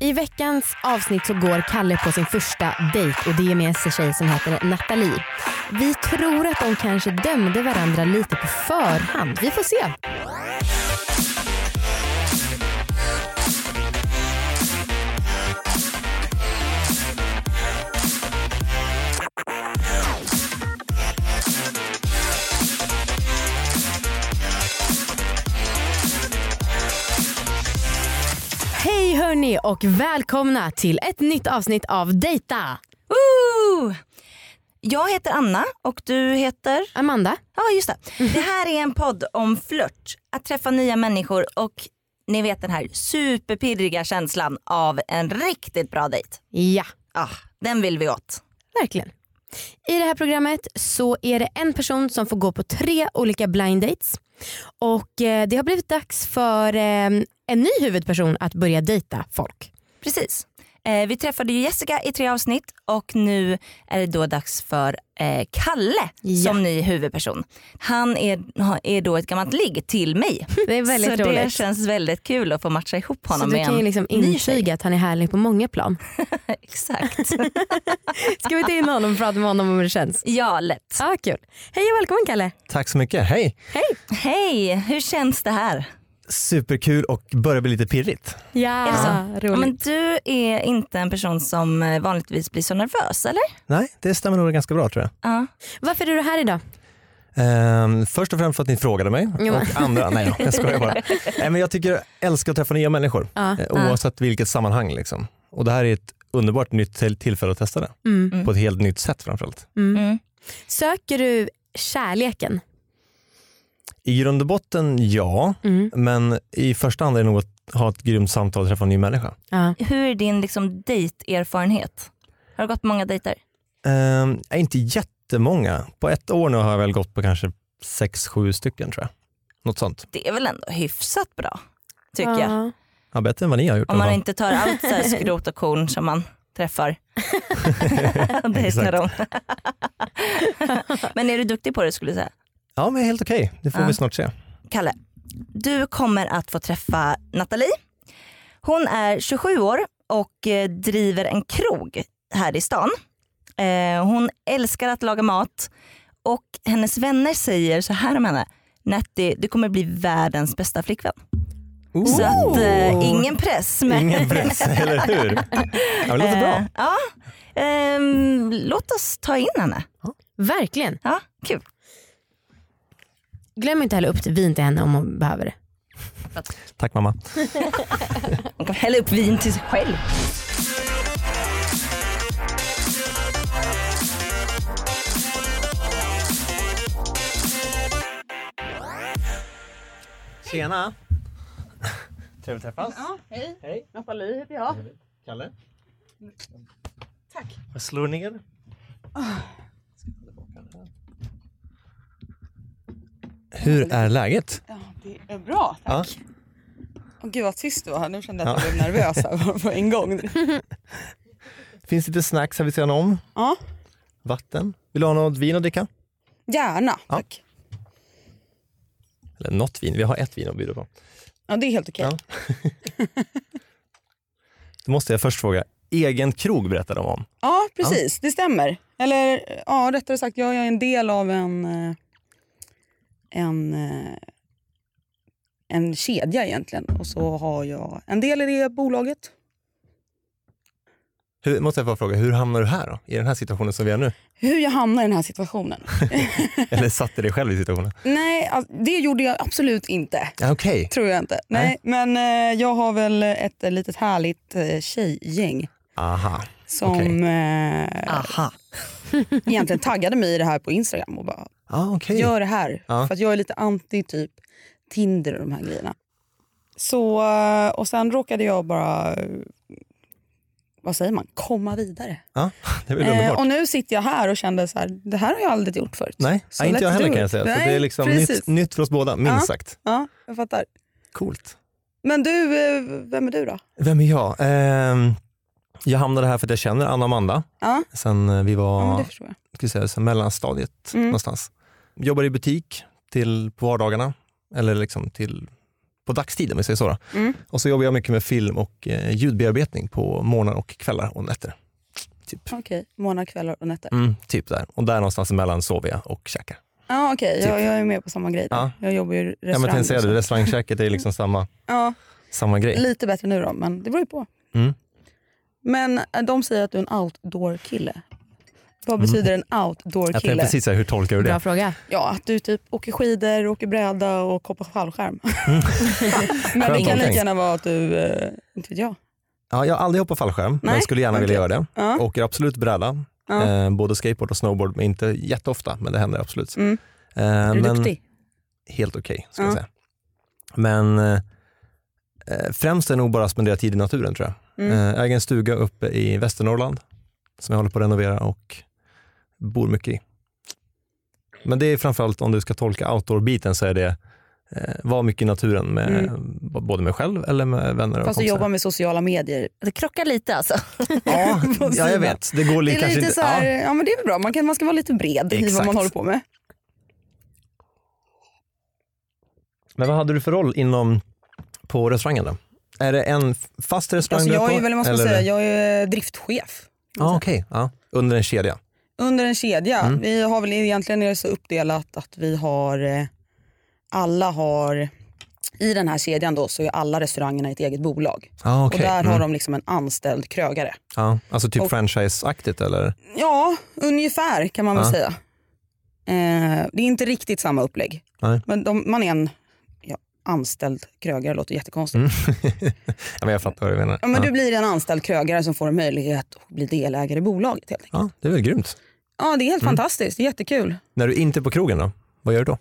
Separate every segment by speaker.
Speaker 1: I veckans avsnitt så går Kalle på sin första dejt och det är med en tjej som heter Nathalie. Vi tror att de kanske dömde varandra lite på förhand. Vi får se. Hej hörni och välkomna till ett nytt avsnitt av Dejta.
Speaker 2: Woo! Jag heter Anna och du heter?
Speaker 1: Amanda,
Speaker 2: Ja just det. Det här är en podd om flört, att träffa nya människor och ni vet den här superpirriga känslan av en riktigt bra dejt.
Speaker 1: ja
Speaker 2: Ah, den vill vi åt.
Speaker 1: verkligen. I det här programmet så är det en person som får gå på tre olika blind dates. Och eh, det har blivit dags för eh, en ny huvudperson att börja dejta folk.
Speaker 2: Precis. Eh, vi träffade ju Jessica i tre avsnitt och nu är det då dags för eh, Kalle
Speaker 1: Ja.
Speaker 2: som ny huvudperson. Han är, är då ett gammalt ligg till mig.
Speaker 1: Det är väldigt
Speaker 2: Så
Speaker 1: roligt.
Speaker 2: det känns väldigt kul att få matcha ihop
Speaker 1: Så
Speaker 2: honom
Speaker 1: du
Speaker 2: med
Speaker 1: kan ju
Speaker 2: en
Speaker 1: liksom
Speaker 2: ny tjej.
Speaker 1: intyga att han är härlig på många plan.
Speaker 2: Exakt.
Speaker 1: Ska vi ta in honom och prata med honom om hur det känns?
Speaker 2: ja, lätt.
Speaker 1: Ja, kul. Hej och välkommen Kalle.
Speaker 3: Tack så mycket, hej!
Speaker 2: Hej, hur känns det här?
Speaker 3: Superkul och börjar bli lite pirrigt.
Speaker 1: Ja,
Speaker 2: Är det så? Ja,
Speaker 1: roligt.
Speaker 2: Men du är inte en person som eh, vanligtvis blir så nervös eller?
Speaker 3: Nej, det stämmer nog ganska bra tror jag.
Speaker 2: Ja.
Speaker 1: Varför är du här idag?
Speaker 3: Ehm, först och främst för att ni frågade mig
Speaker 1: Jo.
Speaker 3: och andra, nej då, jag skojar bara. Nej, men jag tycker jag älskar att träffa nya människor
Speaker 1: Ja.
Speaker 3: eh, oavsett vilket sammanhang. Liksom. Och det här är ett underbart nytt till- tillfälle att testa det
Speaker 1: Mm.
Speaker 3: på ett helt nytt sätt framförallt.
Speaker 2: Mm.
Speaker 1: Söker du kärleken?
Speaker 3: I grund och botten ja,
Speaker 1: Mm.
Speaker 3: men i första hand är det nog att ha ett grymt samtal och träffa en ny människa.
Speaker 1: Ja.
Speaker 2: Hur är din liksom, dejterfarenhet? Har du gått många dejter?
Speaker 3: Ehm, nej, inte jättemånga, på ett år nu har jag väl gått på kanske sex, sju stycken tror jag. Något sånt.
Speaker 2: Det är väl ändå hyfsat bra tycker jag.
Speaker 1: Ja.
Speaker 3: Ja, bättre än vad ni har gjort.
Speaker 2: Om
Speaker 3: i alla
Speaker 2: man
Speaker 3: fall.
Speaker 2: inte tar allt så här skrot och korn som man träffar. Och dejtar
Speaker 3: Exakt.
Speaker 2: dem. Men är du duktig på det skulle du säga?
Speaker 3: Ja, men helt okej. Det får
Speaker 2: Ja.
Speaker 3: vi snart se.
Speaker 2: Kalle, du kommer att få träffa Nathalie. Hon är 27 år och eh, driver en krog här i stan. Eh, Hon älskar att laga mat och hennes vänner säger så här om henne. Natti, du kommer bli världens bästa flickvän. Så att, eh, ingen press. Men,
Speaker 3: Ingen press, eller hur? Ja, men det låter
Speaker 2: Eh,
Speaker 3: bra.
Speaker 2: ja, Ehm, låt oss ta in henne.
Speaker 1: Verkligen.
Speaker 2: Ja, kul.
Speaker 1: Glöm inte att hälla upp vin till henne om hon behöver det.
Speaker 3: Tack mamma.
Speaker 2: Hon kan hälla upp vin till sig själv.
Speaker 3: Tjena. Trevligt att träffas.
Speaker 4: Nathalie heter jag.
Speaker 3: Kalle. Tack. Jag slår ner.
Speaker 4: Ah.
Speaker 3: Hur är läget?
Speaker 4: Ja, det är bra. Tack.
Speaker 3: Ja.
Speaker 4: Åh, gud vad tyst du var. här. Nu kände jag att jag blev nervös här på en gång.
Speaker 3: Finns lite snacks här vid sidan om.
Speaker 4: Ja,
Speaker 3: Vatten. Vill du ha något vin att dricka?
Speaker 4: gärna.
Speaker 3: Ja.
Speaker 4: Tack.
Speaker 3: Eller något vin. Vi har ett vin att bjuda på.
Speaker 4: Ja, det är helt okej.
Speaker 3: Ja. Då måste jag först fråga. Egen krog berättade de om.
Speaker 4: Ja, precis. Det stämmer. Eller ja, rättare sagt, jag är en del av en, eh, en, eh, en kedja egentligen. Och så har jag en del i det bolaget.
Speaker 3: Hur, måste jag få fråga, hur hamnar du här då? I den här situationen som vi är nu?
Speaker 4: Hur jag hamnar i den här situationen?
Speaker 3: Eller satte dig själv i situationen?
Speaker 4: Nej, all- det gjorde jag absolut inte.
Speaker 3: Ja, Okej.
Speaker 4: Tror jag inte. Nej, men eh, jag har väl ett eh, litet härligt eh, tjejgäng
Speaker 3: Aha.
Speaker 4: som
Speaker 3: Okej.
Speaker 4: eh,
Speaker 2: Aha.
Speaker 4: egentligen taggade mig i det här på Instagram och bara
Speaker 3: Ah, okej.
Speaker 4: gör det här.
Speaker 3: Ja.
Speaker 4: För att jag är lite anti typ Tinder och de här grejerna. Så, eh, och sen råkade jag bara eh, vad säger man, komma vidare.
Speaker 3: Ja, det är väl
Speaker 4: Eh,
Speaker 3: underbart.
Speaker 4: och nu sitter jag här och kände så här, det här har jag aldrig gjort förut.
Speaker 3: Nej,
Speaker 4: Så
Speaker 3: nej, inte jag
Speaker 4: let's
Speaker 3: heller
Speaker 4: do
Speaker 3: kan jag
Speaker 4: it.
Speaker 3: säga. Så
Speaker 4: Nej,
Speaker 3: det är liksom
Speaker 4: precis.
Speaker 3: nytt, nytt för oss båda, minst
Speaker 4: Ja.
Speaker 3: sagt.
Speaker 4: Ja, jag fattar.
Speaker 3: Coolt.
Speaker 4: Men du, eh, vem är du då?
Speaker 3: Vem är jag? Ehm, jag hamnade här för att jag känner Anna och Amanda
Speaker 4: Ja,
Speaker 3: sen eh, vi
Speaker 4: ja. men
Speaker 3: var
Speaker 4: det förstår jag.
Speaker 3: ska vi säga, sen mellanstadiet
Speaker 4: Mm.
Speaker 3: någonstans. Jobbar i butik till, på vardagarna, eller liksom till, på dagstid om vi säger så. Då.
Speaker 4: Mm.
Speaker 3: Och så jobbar jag mycket med film och eh, ljudbearbetning på morgnar och kvällar och nätter. Typ.
Speaker 4: Okej, månader, kvällar och nätter.
Speaker 3: Mm, typ där. Och där någonstans emellan sover jag och käkar.
Speaker 4: Ja, okej, jag,
Speaker 3: Typ.
Speaker 4: jag är med på samma grej. där.
Speaker 3: Ja.
Speaker 4: Jag jobbar ju i restaurang.
Speaker 3: Ja, men jag
Speaker 4: och
Speaker 3: säga
Speaker 4: så.
Speaker 3: det, restaurangkäket är liksom samma,
Speaker 4: ja,
Speaker 3: samma grej.
Speaker 4: lite bättre nu då, men det beror ju på.
Speaker 3: Mm.
Speaker 4: Men eh, de säger att du är en outdoor-kille. Vad betyder
Speaker 3: Mm.
Speaker 4: en
Speaker 3: Jag tänkte
Speaker 4: outdoor-kille?
Speaker 3: precis säga, hur tolkar du
Speaker 1: Bra
Speaker 3: det?
Speaker 1: fråga.
Speaker 4: Ja, att du typ åker skidor, åker bräda och hoppar fallskärm. men
Speaker 3: Mm. Skönt
Speaker 4: det kan lika
Speaker 3: omtänkt.
Speaker 4: gärna vara att du, eh, inte vet jag.
Speaker 3: Ja, jag har aldrig hoppat fallskärm, men
Speaker 4: Nej,
Speaker 3: skulle gärna vilja göra det.
Speaker 4: Ja.
Speaker 3: Åker absolut bräda,
Speaker 4: Ja.
Speaker 3: eh, både skateboard och snowboard, men inte jätteofta, men det händer absolut.
Speaker 4: Mm.
Speaker 3: Eh,
Speaker 4: Är du
Speaker 3: men
Speaker 4: duktig?
Speaker 3: Helt okej, ska
Speaker 4: Ja.
Speaker 3: jag säga. Men eh, eh, främst är det nog bara att spendera tid i naturen tror jag.
Speaker 4: Mm.
Speaker 3: Eh, jag äger en stuga uppe i Västernorrland som jag håller på att renovera och bor mycket i. Men det är framförallt om du ska tolka outdoor-biten så är det eh, vara mycket i naturen med b- både mig själv eller med vänner
Speaker 4: Mm. Fast
Speaker 3: och
Speaker 4: du
Speaker 3: kompisar.
Speaker 4: jobbar med sociala medier.
Speaker 2: Det krockar lite alltså.
Speaker 3: Ja,
Speaker 4: på
Speaker 3: ja, jag
Speaker 4: sidan.
Speaker 3: vet. Det går
Speaker 4: Det
Speaker 3: li-
Speaker 4: är
Speaker 3: kanske
Speaker 4: lite
Speaker 3: inte...
Speaker 4: så här, ja. men det är väl bra, man, kan, man ska vara lite bred i vad
Speaker 3: Exakt.
Speaker 4: man håller på med.
Speaker 3: Ja. Men vad hade du för roll inom, på restaurangen då? Är det en f- fast restaurang
Speaker 4: Alltså
Speaker 3: du
Speaker 4: jag
Speaker 3: på?
Speaker 4: är väl, man ska
Speaker 3: eller-
Speaker 4: säga, jag är eh, driftchef
Speaker 3: ah, okej. ja. Under en kedja?
Speaker 4: under en kedja.
Speaker 3: Mm.
Speaker 4: Vi har väl egentligen är det så uppdelat att vi har, eh, alla har, i den här kedjan då så är alla restaurangerna ett eget bolag.
Speaker 3: Ah, okej.
Speaker 4: Och där
Speaker 3: Mm.
Speaker 4: har de liksom en anställd krögare.
Speaker 3: Ja, alltså typ
Speaker 4: Och-
Speaker 3: franchise-aktigt eller?
Speaker 4: Ja, ungefär kan man väl
Speaker 3: Ja.
Speaker 4: säga. Eh, det är inte riktigt samma upplägg.
Speaker 3: Nej.
Speaker 4: Men de, man är en ja, anställd krögare, låter jättekonstigt.
Speaker 3: Ja, men jag fattar vad du menar.
Speaker 4: Ja, men
Speaker 3: Mm, ja.
Speaker 4: Du blir en anställd krögare som får en möjlighet att bli delägare i bolaget. Helt enkelt.
Speaker 3: ja, det är väl grymt.
Speaker 4: Ja, det är
Speaker 3: Mm.
Speaker 4: helt fantastiskt, det är jättekul.
Speaker 3: När du inte är på krogen då, vad gör du då?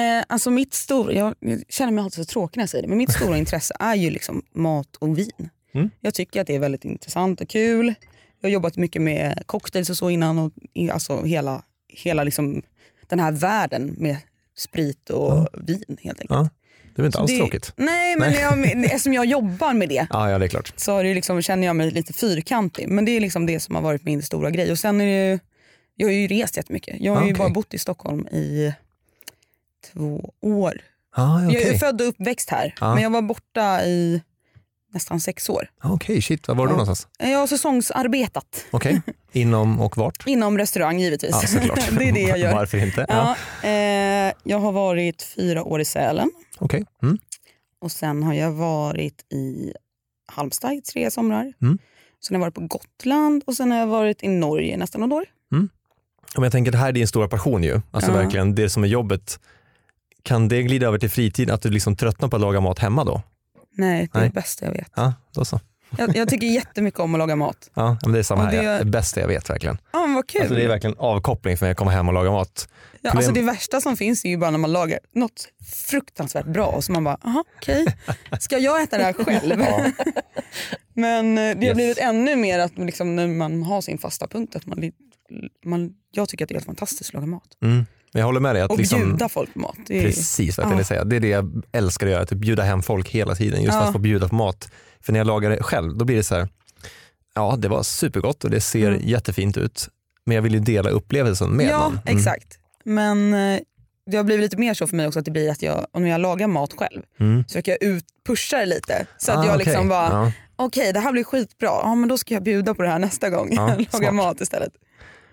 Speaker 4: Eh, alltså mitt stora, jag, jag känner mig alltid så tråkig när jag säger det, men mitt stora intresse är ju liksom mat och vin.
Speaker 3: Mm.
Speaker 4: Jag tycker att det är väldigt intressant och kul. Jag har jobbat mycket med cocktails och så innan, och i, alltså hela, hela liksom den här världen med sprit och vin helt enkelt.
Speaker 3: Ja, det är väl inte
Speaker 4: Så
Speaker 3: alls
Speaker 4: det- Mm.
Speaker 3: tråkigt?
Speaker 4: Nej, men jag, eftersom jag jobbar med det
Speaker 3: Ja, ja, det är klart.
Speaker 4: så har det ju liksom, känner jag mig lite fyrkantig. Men det är liksom det som har varit min stora grej. Och sen är det ju, jag har ju rest jättemycket. Jag har ju
Speaker 3: Ah, Okej.
Speaker 4: bara bott i Stockholm i två år.
Speaker 3: Ah, ja,
Speaker 4: Jag
Speaker 3: Okej, Ah.
Speaker 4: är född och uppväxt här,
Speaker 3: Ja.
Speaker 4: men jag var borta i nästan sex år.
Speaker 3: Ah, okej, shit. Var var du
Speaker 4: Ja.
Speaker 3: någonstans?
Speaker 4: Jag har säsongsarbetat
Speaker 3: Okej, inom och vart?
Speaker 4: inom restaurang givetvis.
Speaker 3: Ja, såklart.
Speaker 4: det är det jag gör.
Speaker 3: Varför inte? Ja.
Speaker 4: Ja, eh, jag har varit fyra år i Sälen
Speaker 3: Okej. Mm.
Speaker 4: och sen har jag varit i Halmstad i tre somrar.
Speaker 3: Mm.
Speaker 4: Sen har jag varit på Gotland och sen har jag varit i Norge nästan något år.
Speaker 3: Om jag tänker, det här är din stora passion ju. Alltså
Speaker 4: Ja.
Speaker 3: verkligen, det som är jobbet. Kan det glida över till fritid, att du liksom tröttnar på att laga mat hemma då?
Speaker 4: Nej, det är
Speaker 3: Nej.
Speaker 4: det bästa jag vet.
Speaker 3: Ja, då så.
Speaker 4: Jag, jag tycker jättemycket om att laga mat.
Speaker 3: Ja, men det är samma
Speaker 4: Och
Speaker 3: här.
Speaker 4: det-
Speaker 3: Det... det bästa jag vet verkligen.
Speaker 4: Ja, men vad kul.
Speaker 3: Alltså, det är verkligen avkoppling för mig att komma hem och laga mat.
Speaker 4: Ja, alltså det värsta som finns är ju bara när man lagar något fruktansvärt bra och så man bara, aha, okej, ska jag äta det här själv? Men eh, det har
Speaker 3: Yes.
Speaker 4: blivit ännu mer att liksom, när man har sin fasta punkt, att man, li- man, jag tycker att det är helt fantastiskt att laga mat.
Speaker 3: Mm. Men jag håller med dig. Att
Speaker 4: Och
Speaker 3: liksom,
Speaker 4: bjuda folk på mat. Det är,
Speaker 3: Precis vad jag tänkte säga. Det är det jag älskar att göra, att bjuda hem folk hela tiden. Just för
Speaker 4: Ja.
Speaker 3: att få bjuda på mat. För när jag lagar det själv, då blir det så här, ja det var supergott och det ser jättefint ut. Men jag vill ju dela upplevelsen med
Speaker 4: Mm. ja,
Speaker 3: någon. Mm.
Speaker 4: exakt. Men eh, det har blivit lite mer så för mig också att det blir att jag, om jag lagar mat själv,
Speaker 3: Mm.
Speaker 4: så försöker jag utpusha det lite. Så att
Speaker 3: Ah,
Speaker 4: jag
Speaker 3: okej.
Speaker 4: liksom bara,
Speaker 3: Ja.
Speaker 4: okej det här blir skitbra, ja, men då ska jag bjuda på det här nästa gång.
Speaker 3: Ja,
Speaker 4: jag lagar
Speaker 3: smart.
Speaker 4: mat istället.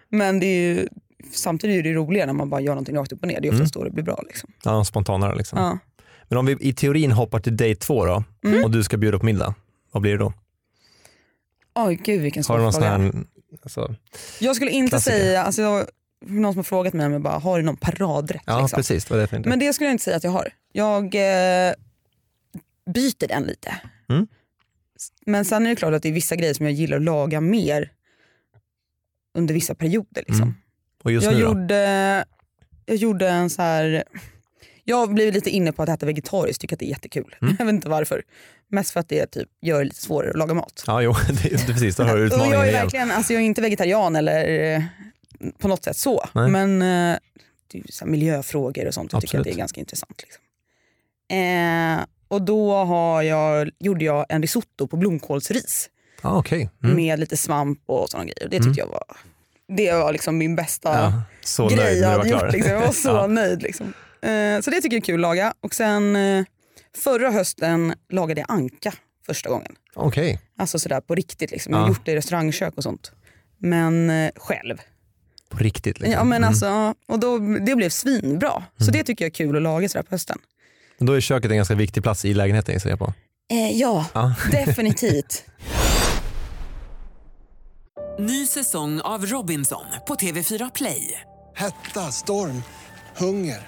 Speaker 4: Men det är ju, samtidigt är det ju roligare när man bara gör någonting rakt upp och ner. Det är oftast då det blir bra. Liksom.
Speaker 3: Mm. Ja, spontanare liksom.
Speaker 4: Ja. Mm.
Speaker 3: Men om vi i teorin hoppar till day två då och du ska bjuda på middag, vad blir det då?
Speaker 4: Oj gud vilken
Speaker 3: Har du
Speaker 4: svår
Speaker 3: någon sån
Speaker 4: fråga.
Speaker 3: här, alltså,
Speaker 4: Jag skulle inte
Speaker 3: klassiker?
Speaker 4: säga, alltså, jag, någon som har frågat mig om jag bara har du någon paradrätt.
Speaker 3: ja
Speaker 4: liksom.
Speaker 3: precis, vad är det för
Speaker 4: Men det skulle jag inte säga att jag har. Jag eh, byter den lite.
Speaker 3: Mm.
Speaker 4: S- Men sen är det klart att det är vissa grejer som jag gillar att laga mer under vissa perioder. Liksom.
Speaker 3: Mm. Och just
Speaker 4: Jag
Speaker 3: nu då?
Speaker 4: gjorde, jag gjorde en
Speaker 3: Mm.
Speaker 4: så här... Jag blev lite inne på att äta vegetariskt, tycker att det är jättekul. Jag vet inte varför. Mest för att det typ gör det lite svårare att laga mat.
Speaker 3: Ja, jo, det, det, precis. Där har du
Speaker 4: Och
Speaker 3: utmaningen
Speaker 4: jag är
Speaker 3: igen.
Speaker 4: verkligen, alltså jag är inte vegetarian eller eh, på något sätt så.
Speaker 3: Nej.
Speaker 4: Men eh, det är ju så här miljöfrågor och sånt. Jag tycker att det
Speaker 3: Absolut.
Speaker 4: är ganska intressant. Liksom. Eh, och då har jag, gjorde jag en risotto på blomkålsris
Speaker 3: Ah, Okej. Mm.
Speaker 4: med lite svamp och sådana grejer. Det tyckte jag var, det var liksom min bästa
Speaker 3: Ja, så
Speaker 4: grej
Speaker 3: nöjd när
Speaker 4: jag
Speaker 3: du var
Speaker 4: hade
Speaker 3: klar.
Speaker 4: gjort. Liksom. Jag var så
Speaker 3: Ja.
Speaker 4: nöjd. Liksom. Eh, så det tycker jag är kul att laga. Och sen eh, förra hösten lagade jag anka första gången.
Speaker 3: Okej.
Speaker 4: Alltså sådär på riktigt. Liksom. Jag har
Speaker 3: Ja.
Speaker 4: gjort det i restaurangkök och sånt. Men eh, själv.
Speaker 3: På riktigt. Liksom.
Speaker 4: Ja, men
Speaker 3: Mm.
Speaker 4: alltså, ja. och då, det blev svinbra. Så det tycker jag är kul att laga sådär på hösten.
Speaker 3: Då är köket en ganska viktig plats i lägenheten gissar jag på.
Speaker 4: Eh, ja,
Speaker 3: Ja.
Speaker 4: definitivt.
Speaker 5: Ny säsong av Robinson på TV4 Play.
Speaker 6: Hetta, storm, hunger.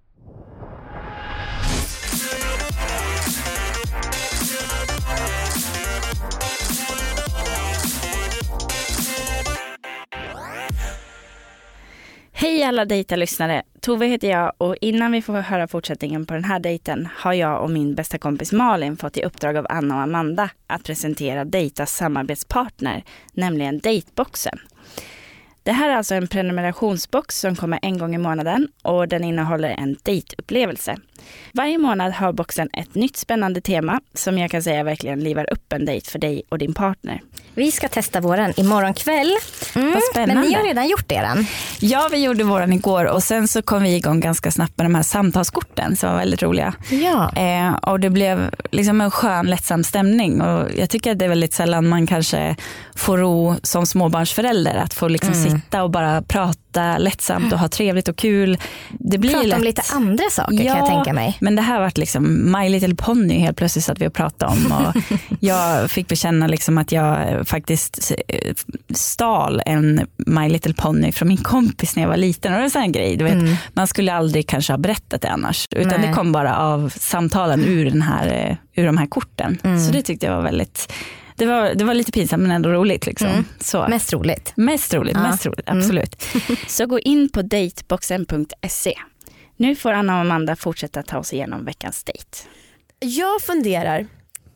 Speaker 7: Hej alla dejta-lyssnare! Tove heter jag och innan vi får höra fortsättningen på den här dejten har jag och min bästa kompis Malin fått i uppdrag av Anna och Amanda att presentera Dejtas samarbetspartner, nämligen Dateboxen. Det här är alltså en prenumerationsbox som kommer en gång i månaden och den innehåller en dejtupplevelse. Varje månad har boxen ett nytt spännande tema som jag kan säga verkligen livar upp en dejt för dig och din partner.
Speaker 8: Vi ska testa våran imorgon kväll.
Speaker 7: Vad spännande.
Speaker 8: Mm, Men ni har redan gjort eran.
Speaker 7: Ja, vi gjorde våran igår och sen så kom vi igång ganska snabbt med de här samtalskorten som var väldigt roliga.
Speaker 8: Ja.
Speaker 7: Eh, och det blev liksom en skön lättsam stämning och jag tycker att det är väldigt sällan man kanske får ro som småbarnsförälder att få liksom
Speaker 8: Mm.
Speaker 7: sitta och bara prata lättsamt och ha trevligt och kul. Det blir
Speaker 8: Prata
Speaker 7: lätt...
Speaker 8: om lite andra saker kan jag tänka mig.
Speaker 7: Men det här vart liksom My Little Pony helt plötsligt satt vi och pratade om. Och jag fick bekänna liksom att jag eh, faktiskt eh, stal en My Little Pony från min kompis när jag var liten. Och det var en sån här grej, du vet, Man skulle aldrig kanske ha berättat det annars. Utan
Speaker 8: Mm. Nej.
Speaker 7: det kom bara av samtalen ur, den här, eh, ur de här korten.
Speaker 8: Mm.
Speaker 7: Så det tyckte jag var väldigt, det var, det var lite pinsamt men ändå roligt. Liksom.
Speaker 8: Mm.
Speaker 7: Så.
Speaker 8: Mest roligt.
Speaker 7: Mest roligt,
Speaker 8: Ja.
Speaker 7: mest roligt, absolut.
Speaker 1: Mm.
Speaker 9: Så gå in på dateboxen.se. Nu får Anna och Amanda fortsätta ta oss igenom veckans dejt.
Speaker 1: Jag funderar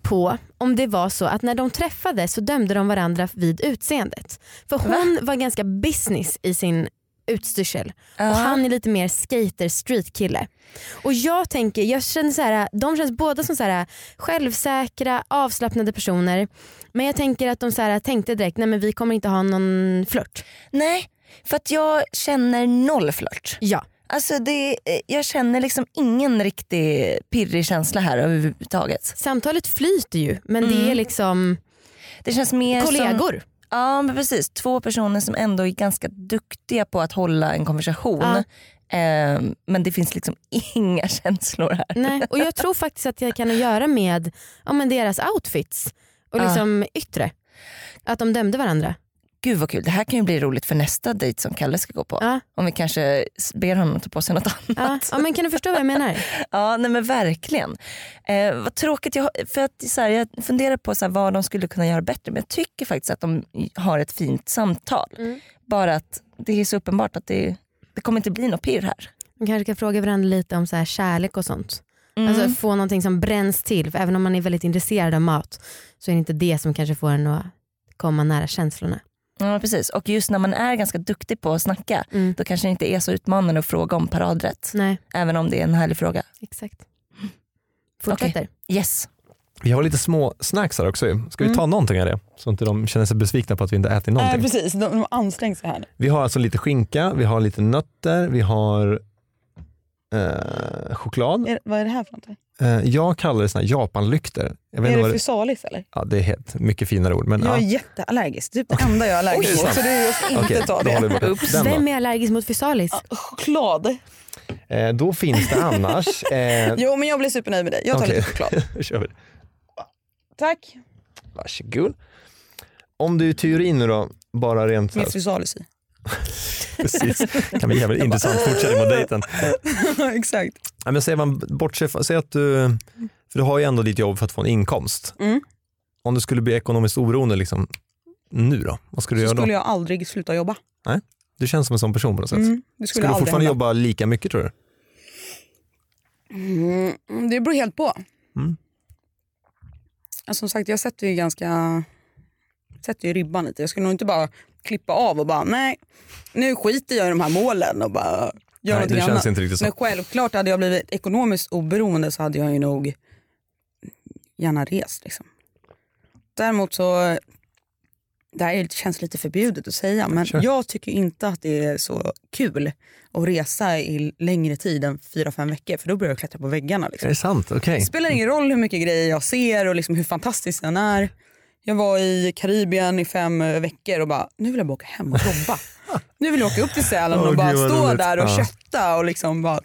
Speaker 1: på om det var så att när de träffades så dömde de varandra vid utseendet. För hon var ganska business i sin utstyrsel och han är lite mer skater street kille. Och jag tänker, jag känner så här, de känns båda som så här, självsäkra, avslappnade personer. Men jag tänker att de så här, tänkte direkt, nej men vi kommer inte ha någon flört.
Speaker 2: Nej, för att jag känner noll flört.
Speaker 1: Ja.
Speaker 2: Alltså det, eh, jag känner liksom ingen riktig pirrig känsla här överhuvudtaget.
Speaker 1: Samtalet flyter ju men det är liksom
Speaker 2: Mm. Det känns mer Som,
Speaker 1: kollegor.
Speaker 2: ja men precis, två personer som ändå är ganska duktiga på att hålla en konversation.
Speaker 1: Ja.
Speaker 2: Eh, men det finns liksom inga känslor här.
Speaker 1: Nej, och jag tror faktiskt att det kan ha att göra med ja, men deras outfits och
Speaker 2: Ja.
Speaker 1: liksom yttre. Att de dömde varandra.
Speaker 2: Gud vad kul, det här kan ju bli roligt för nästa dejt som Kalle ska gå på.
Speaker 1: Ja.
Speaker 2: Om vi kanske s- ber honom ta på sig något annat.
Speaker 1: Ja. Ja, men kan du förstå vad jag menar?
Speaker 2: Ja, nej men verkligen. Eh, vad tråkigt, jag, har- för att, så här, jag funderar på så här, vad de skulle kunna göra bättre men jag tycker faktiskt att de har ett fint samtal. Bara att det är så uppenbart att det, det kommer inte bli något pirr här.
Speaker 1: Man kanske kan fråga varandra lite om så här kärlek och sånt.
Speaker 2: Mm.
Speaker 1: Alltså få någonting som bränns till. För även om man är väldigt intresserad av mat så är det inte det som kanske får en att komma nära känslorna.
Speaker 2: Ja, precis. Och just när man är ganska duktig på att snacka
Speaker 1: Mm.
Speaker 2: då kanske det inte är så utmanande att fråga om paradrätt.
Speaker 1: Nej,
Speaker 2: Även om det är en härlig fråga.
Speaker 1: exakt. Fortsätter.
Speaker 2: Yes.
Speaker 3: Vi har lite små snacks här också. ju. Ska vi ta
Speaker 4: Mm.
Speaker 3: någonting av det? Så inte de känner sig besvikna på att vi inte ätit någonting.
Speaker 4: Eh, precis, de, de ansträngt sig här.
Speaker 3: Vi har alltså lite skinka, vi har lite nötter, vi har eh, choklad.
Speaker 4: Är, vad är det här för någonting?
Speaker 3: Eh, Jag kallar det såna här japanlykter. Jag vet
Speaker 4: är
Speaker 3: inte
Speaker 4: det
Speaker 3: vad
Speaker 4: fysalis eller?
Speaker 3: Ja, det är helt, mycket finare ord. Men,
Speaker 4: Jag är
Speaker 3: ja.
Speaker 4: jätteallergisk. Typ det enda jag är allergisk mot. Så det är just inte
Speaker 3: Okej,
Speaker 4: ta
Speaker 3: då
Speaker 4: det.
Speaker 3: håller vi borta den då.
Speaker 1: är allergisk mot fysalis?
Speaker 4: Choklad.
Speaker 3: Eh, då finns det annars... Eh,
Speaker 4: Jo men jag blir supernöjd med dig. Jag tar
Speaker 3: okej.
Speaker 4: lite choklad.
Speaker 3: Då kör vi.
Speaker 4: Tack.
Speaker 3: Varsågod. Om du i teorin nu då, bara rent... så här-
Speaker 4: Miss fysalis i.
Speaker 3: Precis. kan bli jävligt intressant fortsättning på dejten.
Speaker 4: Exakt.
Speaker 3: Nej, men säg, man, bortse, från- säg att du... För du har ju ändå ditt jobb för att få en inkomst.
Speaker 4: Mm.
Speaker 3: Om du skulle bli ekonomiskt oberoende liksom, nu då? Vad skulle du
Speaker 4: Så
Speaker 3: göra då?
Speaker 4: skulle jag aldrig sluta jobba.
Speaker 3: Nej? Du känns som en sån person på något sätt.
Speaker 4: Mm, det skulle
Speaker 3: skulle du
Speaker 4: aldrig
Speaker 3: fortfarande
Speaker 4: hända.
Speaker 3: jobba lika mycket tror du?
Speaker 4: Mm, det beror helt på.
Speaker 3: Mm.
Speaker 4: Alltså, som sagt, jag sätter ju ganska sätter ju ribban lite. Jag skulle nog inte bara klippa av och bara nej, nu skiter jag i de här målen och bara gör
Speaker 3: det
Speaker 4: någonting
Speaker 3: känns
Speaker 4: annat.
Speaker 3: inte riktigt så.
Speaker 4: Men självklart hade jag blivit ekonomiskt oberoende så hade jag ju nog gärna rest. Liksom. Däremot så, det här är- känns lite förbjudet att säga men
Speaker 3: Kör.
Speaker 4: jag tycker inte att det är så kul att resa i längre tid än fyra fem veckor för då börjar jag klättra på väggarna. Liksom.
Speaker 3: Är det sant? Okej.
Speaker 4: Det spelar ingen roll hur mycket grejer jag ser och liksom hur fantastisk den är. Jag var i Karibien i fem eh, veckor och bara, nu vill jag bara åka hem och jobba. nu vill jag åka upp till Sälen
Speaker 3: Åh,
Speaker 4: och bara
Speaker 3: gud, vad
Speaker 4: stå
Speaker 3: roligt.
Speaker 4: där och
Speaker 3: Ja.
Speaker 4: kötta och liksom bara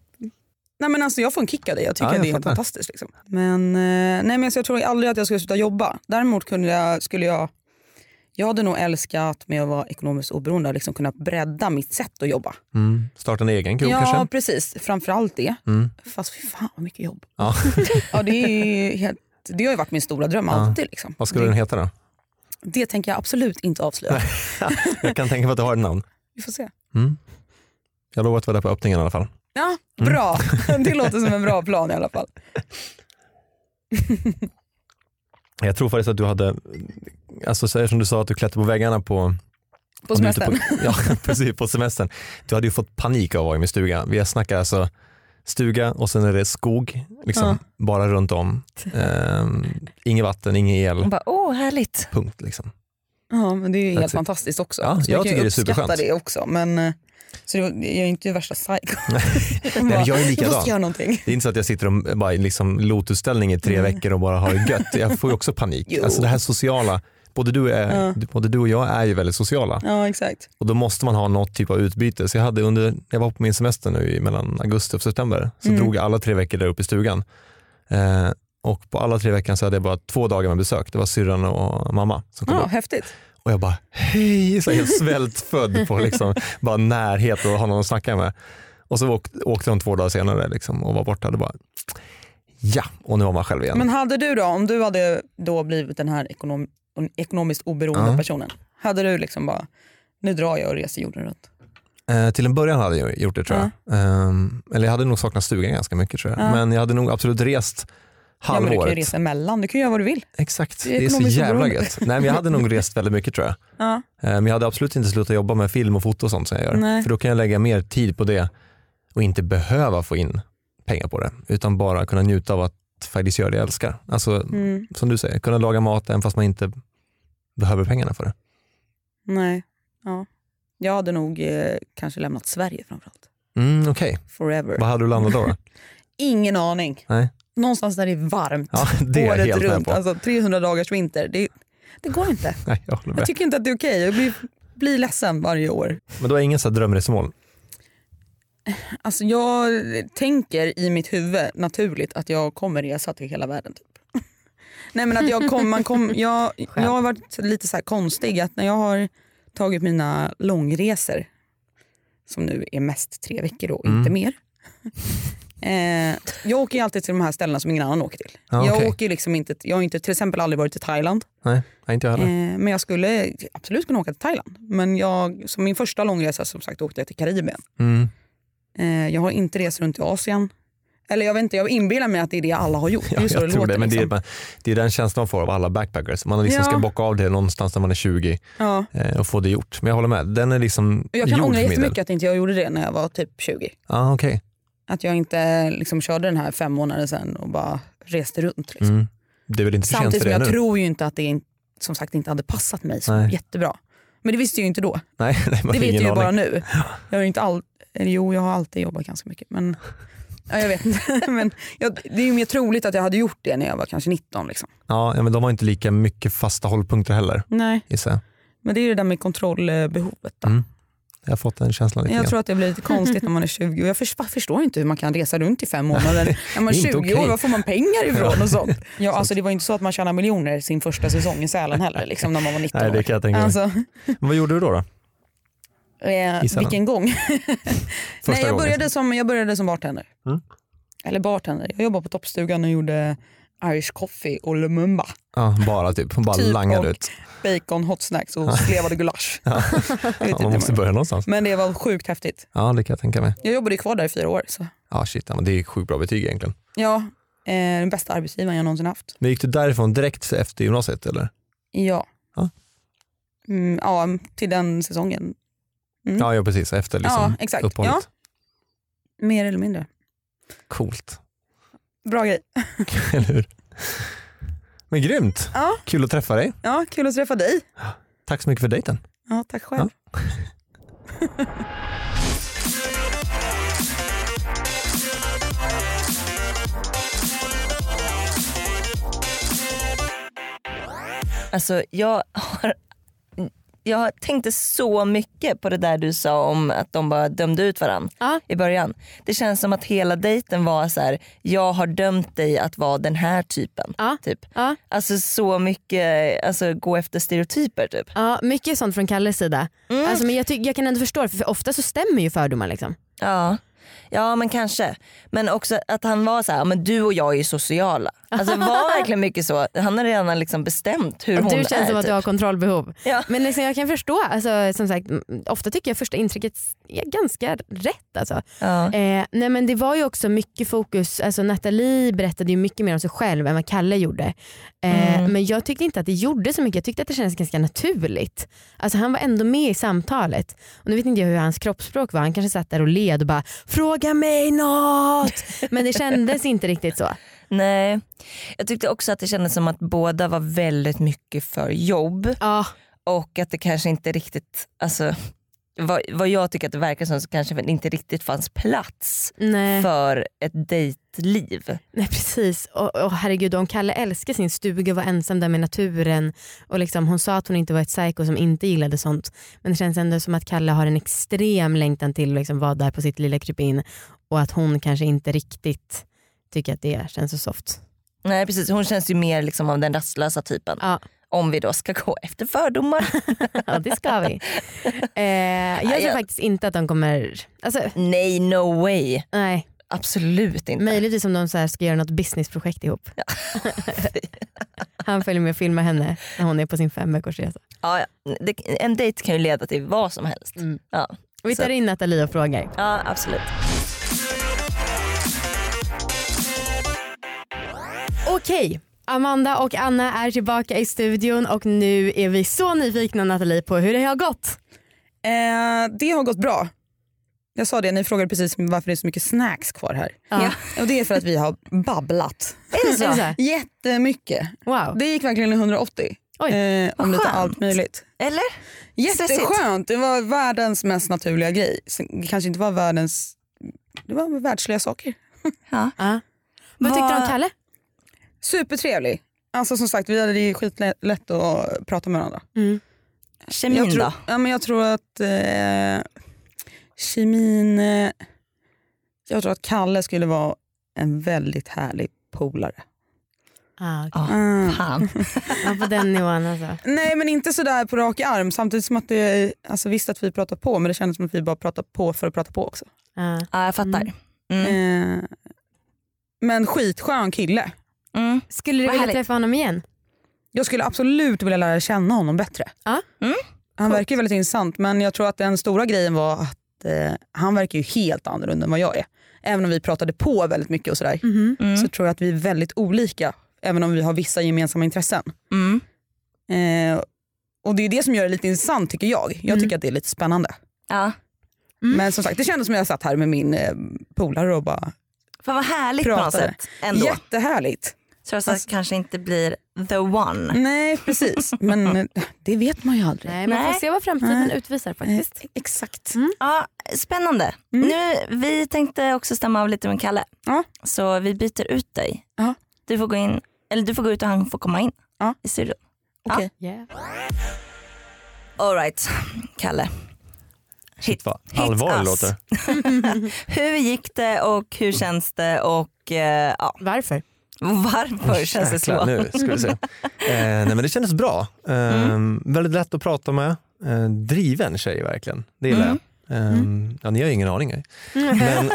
Speaker 4: Nej men alltså jag får en kick av det, jag tycker
Speaker 3: Ja, jag
Speaker 4: det är helt
Speaker 3: fattar.
Speaker 4: fantastiskt. Liksom. Men, eh, nej, men alltså, jag tror aldrig att jag skulle sluta jobba. Däremot kunde jag, skulle jag, jag hade nog älskat med att vara ekonomiskt oberoende och liksom kunna bredda mitt sätt att jobba.
Speaker 3: Mm. Starta en egen krog
Speaker 4: ja
Speaker 3: kanske?
Speaker 4: precis, framförallt det.
Speaker 3: Mm.
Speaker 4: Fast fy fan vad mycket jobb.
Speaker 3: Ja.
Speaker 4: Ja, det, är ju helt, det har ju varit min stora dröm alltid. Liksom.
Speaker 3: Vad skulle den heta då?
Speaker 4: Det tänker jag absolut inte avslöja.
Speaker 3: Jag kan tänka mig att du har ett namn.
Speaker 4: Vi får se.
Speaker 3: Mm. Jag lovar att vara där på öppningen i alla fall.
Speaker 4: Ja,
Speaker 3: Mm.
Speaker 4: bra. Det låter som en bra plan i alla fall.
Speaker 3: Jag tror faktiskt att du hade, alltså så här som du sa att du klättrade på väggarna på
Speaker 4: På
Speaker 3: om du inte
Speaker 4: semestern.
Speaker 3: På, ja, precis, på semestern. Du hade ju fått panik av att vara i min stuga. Vi snackar alltså stuga och sen är det skog, liksom,
Speaker 8: Ja.
Speaker 3: bara runt om. Ehm, inget vatten, ingen el,
Speaker 8: Hon bara, åh härligt.
Speaker 3: punkt. Liksom.
Speaker 4: Ja, men det är ju
Speaker 3: That's
Speaker 4: helt
Speaker 3: it.
Speaker 4: fantastiskt också.
Speaker 3: Ja,
Speaker 4: Så
Speaker 3: jag
Speaker 4: kan
Speaker 3: tycker
Speaker 4: ju
Speaker 3: det är
Speaker 4: uppskatta
Speaker 3: superskönt.
Speaker 4: det också. Men, eh, så det var- jag är inte värsta psycho.
Speaker 3: Nej, men jag är
Speaker 4: Jag
Speaker 3: likadan.
Speaker 4: måste göra någonting.
Speaker 3: Det är inte så att jag sitter och bara i liksom lotusställning i tre veckor och bara har det gött. Jag får ju också panik.
Speaker 4: Jo.
Speaker 3: Alltså det här sociala, både du, och jag-
Speaker 4: Ja.
Speaker 3: både du och jag är ju väldigt sociala.
Speaker 4: Ja, exakt.
Speaker 3: Och då måste man ha något typ av utbyte. Så jag, hade under, jag var på min semester nu i mellan augusti och september. Så
Speaker 4: Mm.
Speaker 3: drog jag alla tre veckor där uppe i stugan. Eh, och på alla tre veckan så hade jag bara två dagar med besök. Det var syrran och mamma som kom
Speaker 4: Ja,
Speaker 3: upp.
Speaker 4: häftigt.
Speaker 3: Och jag bara hej, så här helt svältfödd på liksom, bara närhet och ha någon att snacka med. Och så åkte, åkte de två dagar senare liksom, och var borta. Och bara, ja, och nu var man själv igen.
Speaker 4: Men hade du då, om du hade då blivit den här ekonom, ekonomiskt oberoende
Speaker 3: Ja.
Speaker 4: personen, hade du liksom bara, nu drar jag och reser jorden runt?
Speaker 3: Eh, till en början hade jag gjort det tror jag. Ehm, eller jag hade nog saknat stugan ganska mycket tror jag.
Speaker 4: Ja.
Speaker 3: Men jag hade nog absolut rest
Speaker 4: Ja, men
Speaker 3: halvåret.
Speaker 4: du kan ju resa emellan, du kan ju göra vad du vill.
Speaker 3: Exakt,
Speaker 4: Du är
Speaker 3: det är så
Speaker 4: ekonomiskt
Speaker 3: jävla
Speaker 4: oberoende.
Speaker 3: gött. Nej, men jag hade nog rest väldigt mycket tror jag.
Speaker 4: Ja.
Speaker 3: Eh, Men jag hade absolut inte slutat jobba med film och foto och sånt som jag gör.
Speaker 4: Nej.
Speaker 3: För då kan jag lägga mer tid på det och inte behöva få in pengar på det. Utan bara kunna njuta av att faktiskt göra det jag älskar. Alltså,
Speaker 4: Mm.
Speaker 3: Som du säger, kunna laga mat även fast man inte behöver pengarna för det.
Speaker 4: Nej. Ja. Jag hade nog eh, kanske lämnat Sverige framförallt.
Speaker 3: Mm, Okej,
Speaker 4: Forever.
Speaker 3: vad hade du landat då? då?
Speaker 4: Ingen aning.
Speaker 3: Nej.
Speaker 4: Någonstans där det är varmt.
Speaker 3: Ja, det är jag
Speaker 4: året
Speaker 3: helt med
Speaker 4: runt.
Speaker 3: på.
Speaker 4: Alltså 300 dagars vinter. Det, det går inte.
Speaker 3: Nej, jag håller
Speaker 4: Jag
Speaker 3: med.
Speaker 4: tycker inte att det är okej. Jag blir, blir ledsen varje år.
Speaker 3: Men då är ingen så här drömresmål?
Speaker 4: Alltså jag tänker i mitt huvud naturligt att jag kommer resa till hela världen. Typ. Nej men att jag kom, man kom, jag, jag har varit lite så här konstig att när jag har tagit mina långresor som nu är mest tre veckor och inte
Speaker 3: Mm.
Speaker 4: mer. Eh, jag åker ju alltid till de här ställena som ingen annan åker till.
Speaker 3: Ja,
Speaker 4: jag
Speaker 3: okej.
Speaker 4: åker ju liksom inte, jag har inte till exempel aldrig varit i Thailand.
Speaker 3: Nej, nej, inte jag heller.
Speaker 4: Eh, men jag skulle absolut kunna åka till Thailand. Men jag, som min första långresa som sagt åkte jag till Karibien.
Speaker 3: Mm.
Speaker 4: Eh, jag har inte rest runt i Asien. Eller jag vet inte, jag inbillar mig att det är det alla har gjort. Det är
Speaker 3: Ja,
Speaker 4: ju så
Speaker 3: jag
Speaker 4: det
Speaker 3: tror
Speaker 4: låter.
Speaker 3: det, men det är,
Speaker 4: liksom.
Speaker 3: bara- det är den känslan man får av alla backpackers. Man liksom
Speaker 4: Ja.
Speaker 3: ska bocka av det någonstans när man är 20
Speaker 4: ja.
Speaker 3: eh, och få det gjort. Men jag håller med, den är liksom
Speaker 4: Och jag kan
Speaker 3: gjord
Speaker 4: ångra
Speaker 3: för min del.
Speaker 4: jättemycket att inte jag gjorde det när jag var typ 20.
Speaker 3: Ah, okay.
Speaker 4: Att jag inte liksom körde den här fem månader sen och bara reste runt. Liksom.
Speaker 3: mm. Det är väl inte för sent
Speaker 4: Samtidigt
Speaker 3: för
Speaker 4: som
Speaker 3: det
Speaker 4: jag
Speaker 3: nu?
Speaker 4: tror ju inte att det in- som sagt inte hade passat mig så
Speaker 3: Nej.
Speaker 4: jättebra. Men det visste jag ju inte då.
Speaker 3: Nej, nej, man
Speaker 4: Det
Speaker 3: har
Speaker 4: vet
Speaker 3: ingen
Speaker 4: jag ju
Speaker 3: aning.
Speaker 4: bara nu. Jag har ju inte all... eller Jo, jag har alltid jobbat ganska mycket. Men Ja, jag vet inte. Men jag, det är ju mer troligt att jag hade gjort det när jag var kanske 19. Liksom.
Speaker 3: Ja, ja, men de har inte lika mycket fasta hållpunkter heller.
Speaker 4: Nej.
Speaker 3: Gissar jag.
Speaker 4: Men det är ju det där med kontrollbehovet. Då.
Speaker 3: Mm. Jag har fått den känslan lite
Speaker 4: Jag
Speaker 3: grann.
Speaker 4: tror att det blir lite konstigt när man är 20 och jag förs- förstår inte hur man kan resa runt i fem månader. När man
Speaker 3: Det
Speaker 4: är
Speaker 3: är inte
Speaker 4: 20
Speaker 3: okej.
Speaker 4: år, var får man pengar ifrån
Speaker 3: Ja.
Speaker 4: och sånt? Ja, alltså, det var ju inte så att man tjänade miljoner sin första säsong i Sälen heller, liksom, när man var 19
Speaker 3: Nej, det kan jag tänka mig.
Speaker 4: Alltså,
Speaker 3: Men vad gjorde du då? då?
Speaker 4: eh,
Speaker 3: I Sälen.
Speaker 4: vilken gång?
Speaker 3: Första
Speaker 4: Nej, jag,
Speaker 3: gången.
Speaker 4: började som, jag började som bartender.
Speaker 3: Mm.
Speaker 4: Eller bartender, jag jobbade på Toppstugan och gjorde Irish coffee och Lumumba.
Speaker 3: Ja, bara typ. Hon bara
Speaker 4: Typ
Speaker 3: langade
Speaker 4: och-
Speaker 3: ut.
Speaker 4: Bacon, hot snacks och slevade gulasch.
Speaker 3: Ja.
Speaker 4: Jag vet
Speaker 3: Ja,
Speaker 4: inte
Speaker 3: man
Speaker 4: hur
Speaker 3: måste
Speaker 4: man-
Speaker 3: börja någonstans.
Speaker 4: Men det var sjukt häftigt.
Speaker 3: Ja, det kan jag tänka mig.
Speaker 4: Jag jobbade ju kvar där i fyra år. Så.
Speaker 3: Ja, shit, ja, men det är sjukt bra betyg egentligen.
Speaker 4: Ja, eh, den bästa arbetsgivaren jag någonsin haft.
Speaker 3: Men gick du därifrån direkt efter gymnasiet eller?
Speaker 2: Mm.
Speaker 4: Ja.
Speaker 3: Ja.
Speaker 4: Mm, ja, till den säsongen. Mm.
Speaker 3: Ja, ja, precis. Efter liksom,
Speaker 4: Ja, exakt.
Speaker 3: uppehållet.
Speaker 4: Ja. Mer eller mindre.
Speaker 3: Coolt.
Speaker 4: Bra grej.
Speaker 3: Eller hur? Men grymt.
Speaker 4: Ja.
Speaker 3: Kul att träffa dig.
Speaker 4: Ja, kul att träffa dig.
Speaker 3: Tack så mycket för dejten.
Speaker 4: Ja, tack själv.
Speaker 2: Alltså jag har, jag tänkte så mycket på det där du sa om att de bara dömde ut varandra i början. Det känns som att hela dejten var så här: jag har dömt dig att vara den här typen. Typ. Alltså så mycket, alltså gå efter stereotyper typ.
Speaker 1: Ja, mycket sånt från Kalles sida.
Speaker 2: Mm.
Speaker 1: Alltså, men jag, tycker- jag kan ändå förstå det för ofta så stämmer ju fördomar. Liksom.
Speaker 2: Ja. ja men kanske. Men också att han var så här, men du och jag är ju sociala. Alltså var verkligen mycket så. Han har redan liksom bestämt hur hon
Speaker 1: du känns
Speaker 2: är.
Speaker 1: som att
Speaker 2: typ.
Speaker 1: du har kontrollbehov. Men liksom, jag kan förstå, alltså, som sagt, m- ofta tycker jag första intrycket är ganska rätt. Alltså. Eh, nej, men det var ju också mycket fokus, alltså, Nathalie berättade ju mycket mer om sig själv än vad Kalle gjorde. Eh,
Speaker 8: Mm.
Speaker 1: Men jag tyckte inte att det gjorde så mycket, jag tyckte att det kändes ganska naturligt. Alltså, han var ändå med i samtalet. Och nu vet inte jag hur hans kroppsspråk var, han kanske satt där och led och bara “fråga mig något”. Men det kändes inte riktigt så.
Speaker 2: Nej. Jag tyckte också att det kändes som att båda var väldigt mycket för jobb. Och att det kanske inte riktigt, alltså, vad, vad jag tycker att det verkar som så kanske det inte riktigt fanns plats
Speaker 1: Nej.
Speaker 2: för ett dejtliv.
Speaker 1: Nej precis, och, och herregud om Kalle älskar sin stuga och var ensam där med naturen och liksom, hon sa att hon inte var ett psyko som inte gillade sånt men det känns ändå som att Kalle har en extrem längtan till att liksom vara där på sitt lilla krypin och att hon kanske inte riktigt tycker att det känns så soft.
Speaker 2: Nej precis, hon känns ju mer liksom av den rastlösa typen. Om vi då ska gå efter fördomar.
Speaker 1: ja det ska vi. Eh, jag tror faktiskt inte att de kommer... Alltså,
Speaker 2: nej no way.
Speaker 1: Nej.
Speaker 2: Absolut inte.
Speaker 1: Möjligtvis om de så här ska göra något businessprojekt ihop. Han följer med och filmar henne när hon är på sin fem veckors resa.
Speaker 2: Ja, ja. det, en dejt kan ju leda till vad som helst. Ja,
Speaker 1: Mm. Vi tar
Speaker 2: så-
Speaker 1: in Nathalie och frågar.
Speaker 2: Ja absolut.
Speaker 1: Okej, Amanda och Anna är tillbaka i studion och nu är vi så nyfikna Nathalie på hur det har gått.
Speaker 4: Eh, det har gått bra. Jag sa det, ni frågade precis varför det är så mycket snacks kvar här.
Speaker 1: Ja.
Speaker 4: Och det är för att vi har babblat.
Speaker 2: Är det så? Är det så?
Speaker 4: Jättemycket.
Speaker 1: Wow.
Speaker 4: Det gick verkligen i 180. eh, om lite
Speaker 2: skönt.
Speaker 4: allt möjligt.
Speaker 2: Eller?
Speaker 4: Jätteskönt. Det var världens mest naturliga grej. Sen- Det kanske inte var världens... Det var världsliga saker.
Speaker 2: Ja.
Speaker 1: Vad tyckte du om Kalle?
Speaker 4: Supertrevlig. Alltså som sagt, vi hade det ju skitlätt att prata med varandra.
Speaker 1: Mm.
Speaker 2: Kemin
Speaker 4: jag tror,
Speaker 2: då?
Speaker 4: Ja, men jag tror att eh, kemin... Eh, jag tror att Kalle skulle vara en väldigt härlig polare.
Speaker 1: Ah, okay.
Speaker 4: Mm.
Speaker 1: ja, på den nivån alltså.
Speaker 4: Nej men inte sådär på rak arm samtidigt som att det, alltså visst att vi pratar på men det kändes som att vi bara pratar på för att prata på också.
Speaker 1: Ja.
Speaker 2: Ja, jag fattar.
Speaker 4: Eh, men skitskön kille.
Speaker 2: Mm,
Speaker 1: Skulle du
Speaker 4: Vad
Speaker 1: vilja
Speaker 4: härligt.
Speaker 1: träffa honom igen?
Speaker 4: Jag skulle absolut vilja lära känna honom bättre.
Speaker 1: Ja.
Speaker 4: Han verkar ju väldigt intressant men jag tror att den stora grejen var att eh, han verkar ju helt annorlunda än vad jag är. Även om vi pratade på väldigt mycket och sådär så tror jag att vi är väldigt olika även om vi har vissa gemensamma intressen.
Speaker 2: mm.
Speaker 4: Eh, och det är det som gör det lite intressant tycker jag. Jag tycker att det är lite spännande.
Speaker 2: Ja.
Speaker 4: Men som sagt det kändes som jag satt här med min eh, polare och bara
Speaker 2: Fan vad härligt på något
Speaker 4: pratade.
Speaker 2: sätt. Ändå.
Speaker 4: Jättehärligt.
Speaker 2: Trots att det kanske inte blir the one.
Speaker 4: Nej, precis. Men eh, det vet man ju aldrig. Eh,
Speaker 1: Nej, man får se vad framtiden
Speaker 2: Nej.
Speaker 1: utvisar faktiskt.
Speaker 4: Exakt.
Speaker 2: Ja, spännande. Nu, vi tänkte också stämma av lite med Kalle. Så vi byter ut dig. Du, får gå in, eller du får gå ut och han får komma in i studion.
Speaker 4: Okej.
Speaker 2: Ja. All right, Kalle.
Speaker 3: Shit vad allvarligt
Speaker 2: us.
Speaker 3: låter.
Speaker 2: hur gick det och hur känns det? Och, eh, ja.
Speaker 1: Varför?
Speaker 2: Varför känns det så?
Speaker 3: Jäklar, Nu ska vi se. Eh, nej, men det kändes bra. Eh,
Speaker 2: Mm.
Speaker 3: Väldigt lätt att prata med. Eh, driven tjej verkligen. Det gillar
Speaker 2: Mm.
Speaker 3: jag. Eh, Ja, ni har ju ingen aning. nej. Men,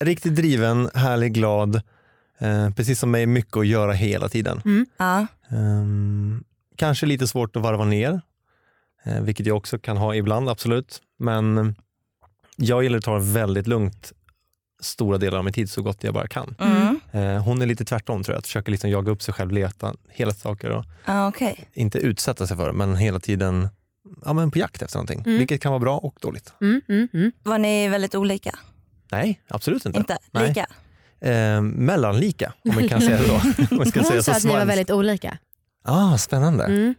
Speaker 3: riktigt driven, härlig, glad. Eh, precis som mig, mycket att göra hela tiden.
Speaker 2: Ja.
Speaker 3: Ehm, kanske lite svårt att varva ner, eh, vilket jag också kan ha ibland, absolut. Men eh, jag gillar att ta det väldigt lugnt stora delar av min tid så gott jag bara kan.
Speaker 2: Mm.
Speaker 3: Eh, hon är lite tvärtom tror jag, att försöker liksom jaga upp sig själv, leta hela saker och
Speaker 2: Ja, Okej.
Speaker 3: inte utsätta sig för det, men hela tiden ja, men på jakt efter någonting,
Speaker 2: Mm.
Speaker 3: vilket kan vara bra och dåligt.
Speaker 1: Mm,
Speaker 2: Var ni väldigt olika?
Speaker 3: Nej, absolut inte.
Speaker 2: Inte
Speaker 3: Nej.
Speaker 2: lika?
Speaker 3: Eh, mellanlika, om vi kan säga det då. om vi ska
Speaker 1: Hon
Speaker 3: säga
Speaker 1: sa
Speaker 3: så
Speaker 1: att ni var
Speaker 3: smart.
Speaker 1: väldigt olika.
Speaker 3: Ah, spännande.
Speaker 1: Mm.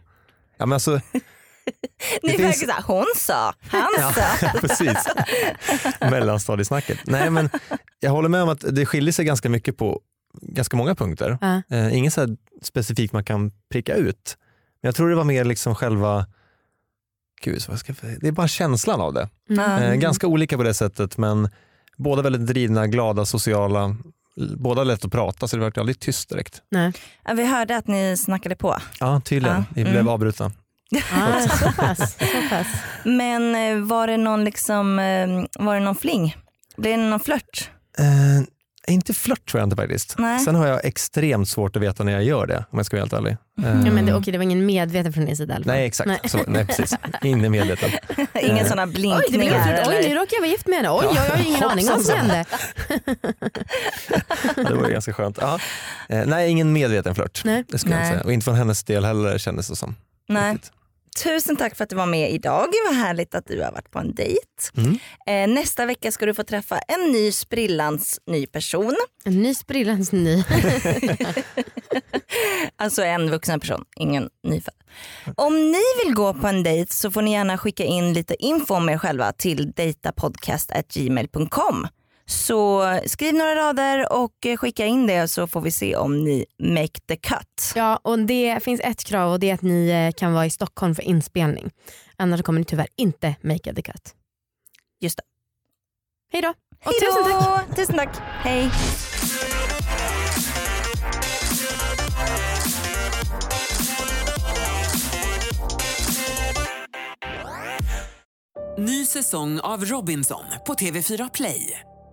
Speaker 3: Ja, men alltså,
Speaker 2: Ni
Speaker 3: Det
Speaker 2: verkar
Speaker 3: finns-
Speaker 2: såhär, hon sa, han
Speaker 3: Ja,
Speaker 2: sa.
Speaker 3: precis. Mellanstadiesnacket. Nej, men jag håller med om att det skiljer sig ganska mycket på ganska många punkter.
Speaker 1: Ja.
Speaker 3: Eh, inget så här specifikt man kan pricka ut. Men jag tror det var mer liksom själva, gud, vad ska jag... det är bara känslan av det.
Speaker 2: Mm.
Speaker 3: Eh, ganska olika på det sättet, men båda väldigt drivna, glada, sociala. L- Båda lätt att prata, så det vart aldrig tyst direkt.
Speaker 1: Nej.
Speaker 2: Ja, Vi hörde att ni snackade på.
Speaker 3: Ja, tydligen.
Speaker 2: Ja,
Speaker 3: Vi blev
Speaker 2: mm.
Speaker 3: avbrutna.
Speaker 1: Ah, så pass. Så pass.
Speaker 2: Men eh, var det någon liksom, eh, var det någon fling? Blev det någon flört?
Speaker 3: Eh, inte flört tror jag inte faktiskt.
Speaker 2: Nej.
Speaker 3: Sen har jag extremt svårt att veta när jag gör det, om jag ska vara helt ärlig. Eh,
Speaker 1: Ja, men det, okej, det var ingen medveten från din sida i alla fall.
Speaker 3: Nej exakt, nej. Så, nej, precis. Inne medveten.
Speaker 2: Inga
Speaker 3: Eh.
Speaker 2: sådana
Speaker 1: Oj, det blev
Speaker 2: blinkningar?
Speaker 1: flört. Oj, nu
Speaker 2: eller?
Speaker 1: råkar jag vara gift med henne. Oj,
Speaker 3: Ja.
Speaker 1: jag har ju ingen
Speaker 3: Hoppsan,
Speaker 1: aning om vad som
Speaker 3: hoppsan.
Speaker 1: hände.
Speaker 3: Det var ju ganska skönt. Ja. Eh, nej, ingen medveten flört.
Speaker 1: Nej.
Speaker 3: Det skulle jag
Speaker 2: Nej.
Speaker 3: säga. Och inte från hennes del heller kändes det som.
Speaker 2: Nej.
Speaker 3: Riktigt.
Speaker 2: Tusen tack för att du var med idag. Vad härligt att du har varit på en dejt.
Speaker 3: Mm.
Speaker 2: Eh, nästa vecka ska du få träffa en ny sprillans ny person.
Speaker 1: En ny sprillans ny.
Speaker 2: Alltså en vuxen person, ingen nyfödd. Om ni vill gå på en dejt så får ni gärna skicka in lite info om er själva till datapodcast.gmail.com. Så skriv några rader och eh, skicka in det så får vi se om ni make the cut.
Speaker 1: Ja, och det finns ett krav och det är att ni eh, kan vara i Stockholm för inspelning. Annars kommer ni tyvärr inte make the cut.
Speaker 2: Just det.
Speaker 1: Hej då! Och
Speaker 2: Hej
Speaker 1: tusen tack!
Speaker 2: då! Tusen tack! Hej!
Speaker 5: Ny säsong av Robinson på TV4 Play.